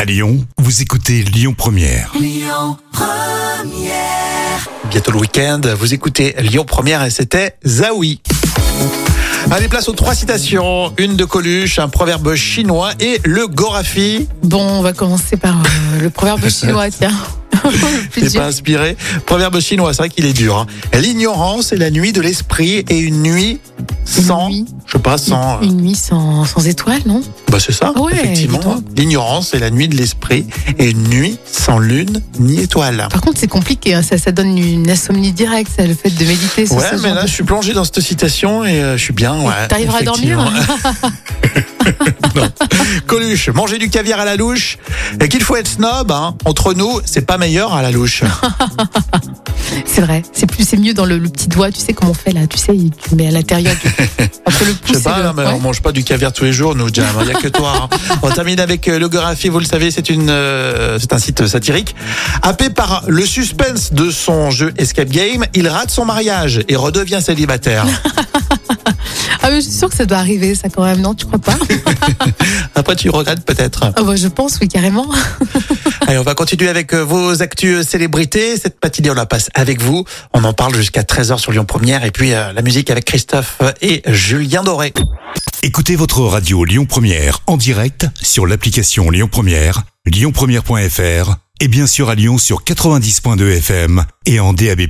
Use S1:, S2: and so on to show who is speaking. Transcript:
S1: À Lyon, vous écoutez Lyon Première.
S2: Bientôt le week-end, vous écoutez Lyon Première et c'était Zawi. Allez, place aux trois citations. Une de Coluche, un proverbe chinois et le Gorafi.
S3: Bon, on va commencer par euh, le proverbe chinois, tiens. Le plus
S2: T'es
S3: dur.
S2: pas inspiré Proverbe chinois, c'est vrai qu'il est dur. hein. L'ignorance est la nuit de l'esprit et une nuit sans...
S3: Une nuit.
S2: Je sais pas, sans... euh.
S3: Une nuit sans, sans étoile, non
S2: Bah c'est ça,
S3: Ah ouais, dis
S2: effectivement. hein.
S3: donc.
S2: L'ignorance est la nuit de l'esprit et une nuit sans lune ni étoile.
S3: Par contre, c'est compliqué, hein, ça, ça donne une insomnie directe, ça, le fait de méditer sur
S2: Ouais,
S3: ce
S2: mais
S3: genre
S2: là,
S3: de-
S2: je suis plongé dans cette citation et euh, je suis bien. Ouais,
S3: T'arriveras à dormir
S2: effectivement. Coluche, manger du caviar à la louche, et qu'il faut être snob, hein. entre nous, c'est pas meilleur à la louche.
S3: C'est vrai, c'est plus, c'est mieux dans le, le petit doigt, tu sais comment on fait là, tu sais, tu le mets à l'intérieur du... entre le pouce
S2: Je sais
S3: et
S2: pas,
S3: le-
S2: non, mais
S3: Ouais.
S2: on mange pas du caviar tous les jours, nous, Jam, il y a que toi. hein. On termine avec euh, le Gorafi, vous le savez, c'est une, euh, c'est un site satirique. Happé par le suspense de son jeu Escape Game, il rate son mariage et redevient célibataire.
S3: Ah mais je suis sûre que ça doit arriver, ça quand même, non Tu crois pas
S2: Après, tu regrettes peut-être.
S3: Ah bah, Je pense, oui, carrément.
S2: Allez, on va continuer avec euh, vos actus célébrités. Cette matinée, on la passe avec vous. On en parle jusqu'à 13h sur Lyon Première. Et puis, euh, la musique avec Christophe et Julien Doré.
S1: Écoutez votre radio Lyon Première en direct sur l'application Lyon Première, lyonpremière.fr et bien sûr à Lyon sur 90.2 FM et en DAB+.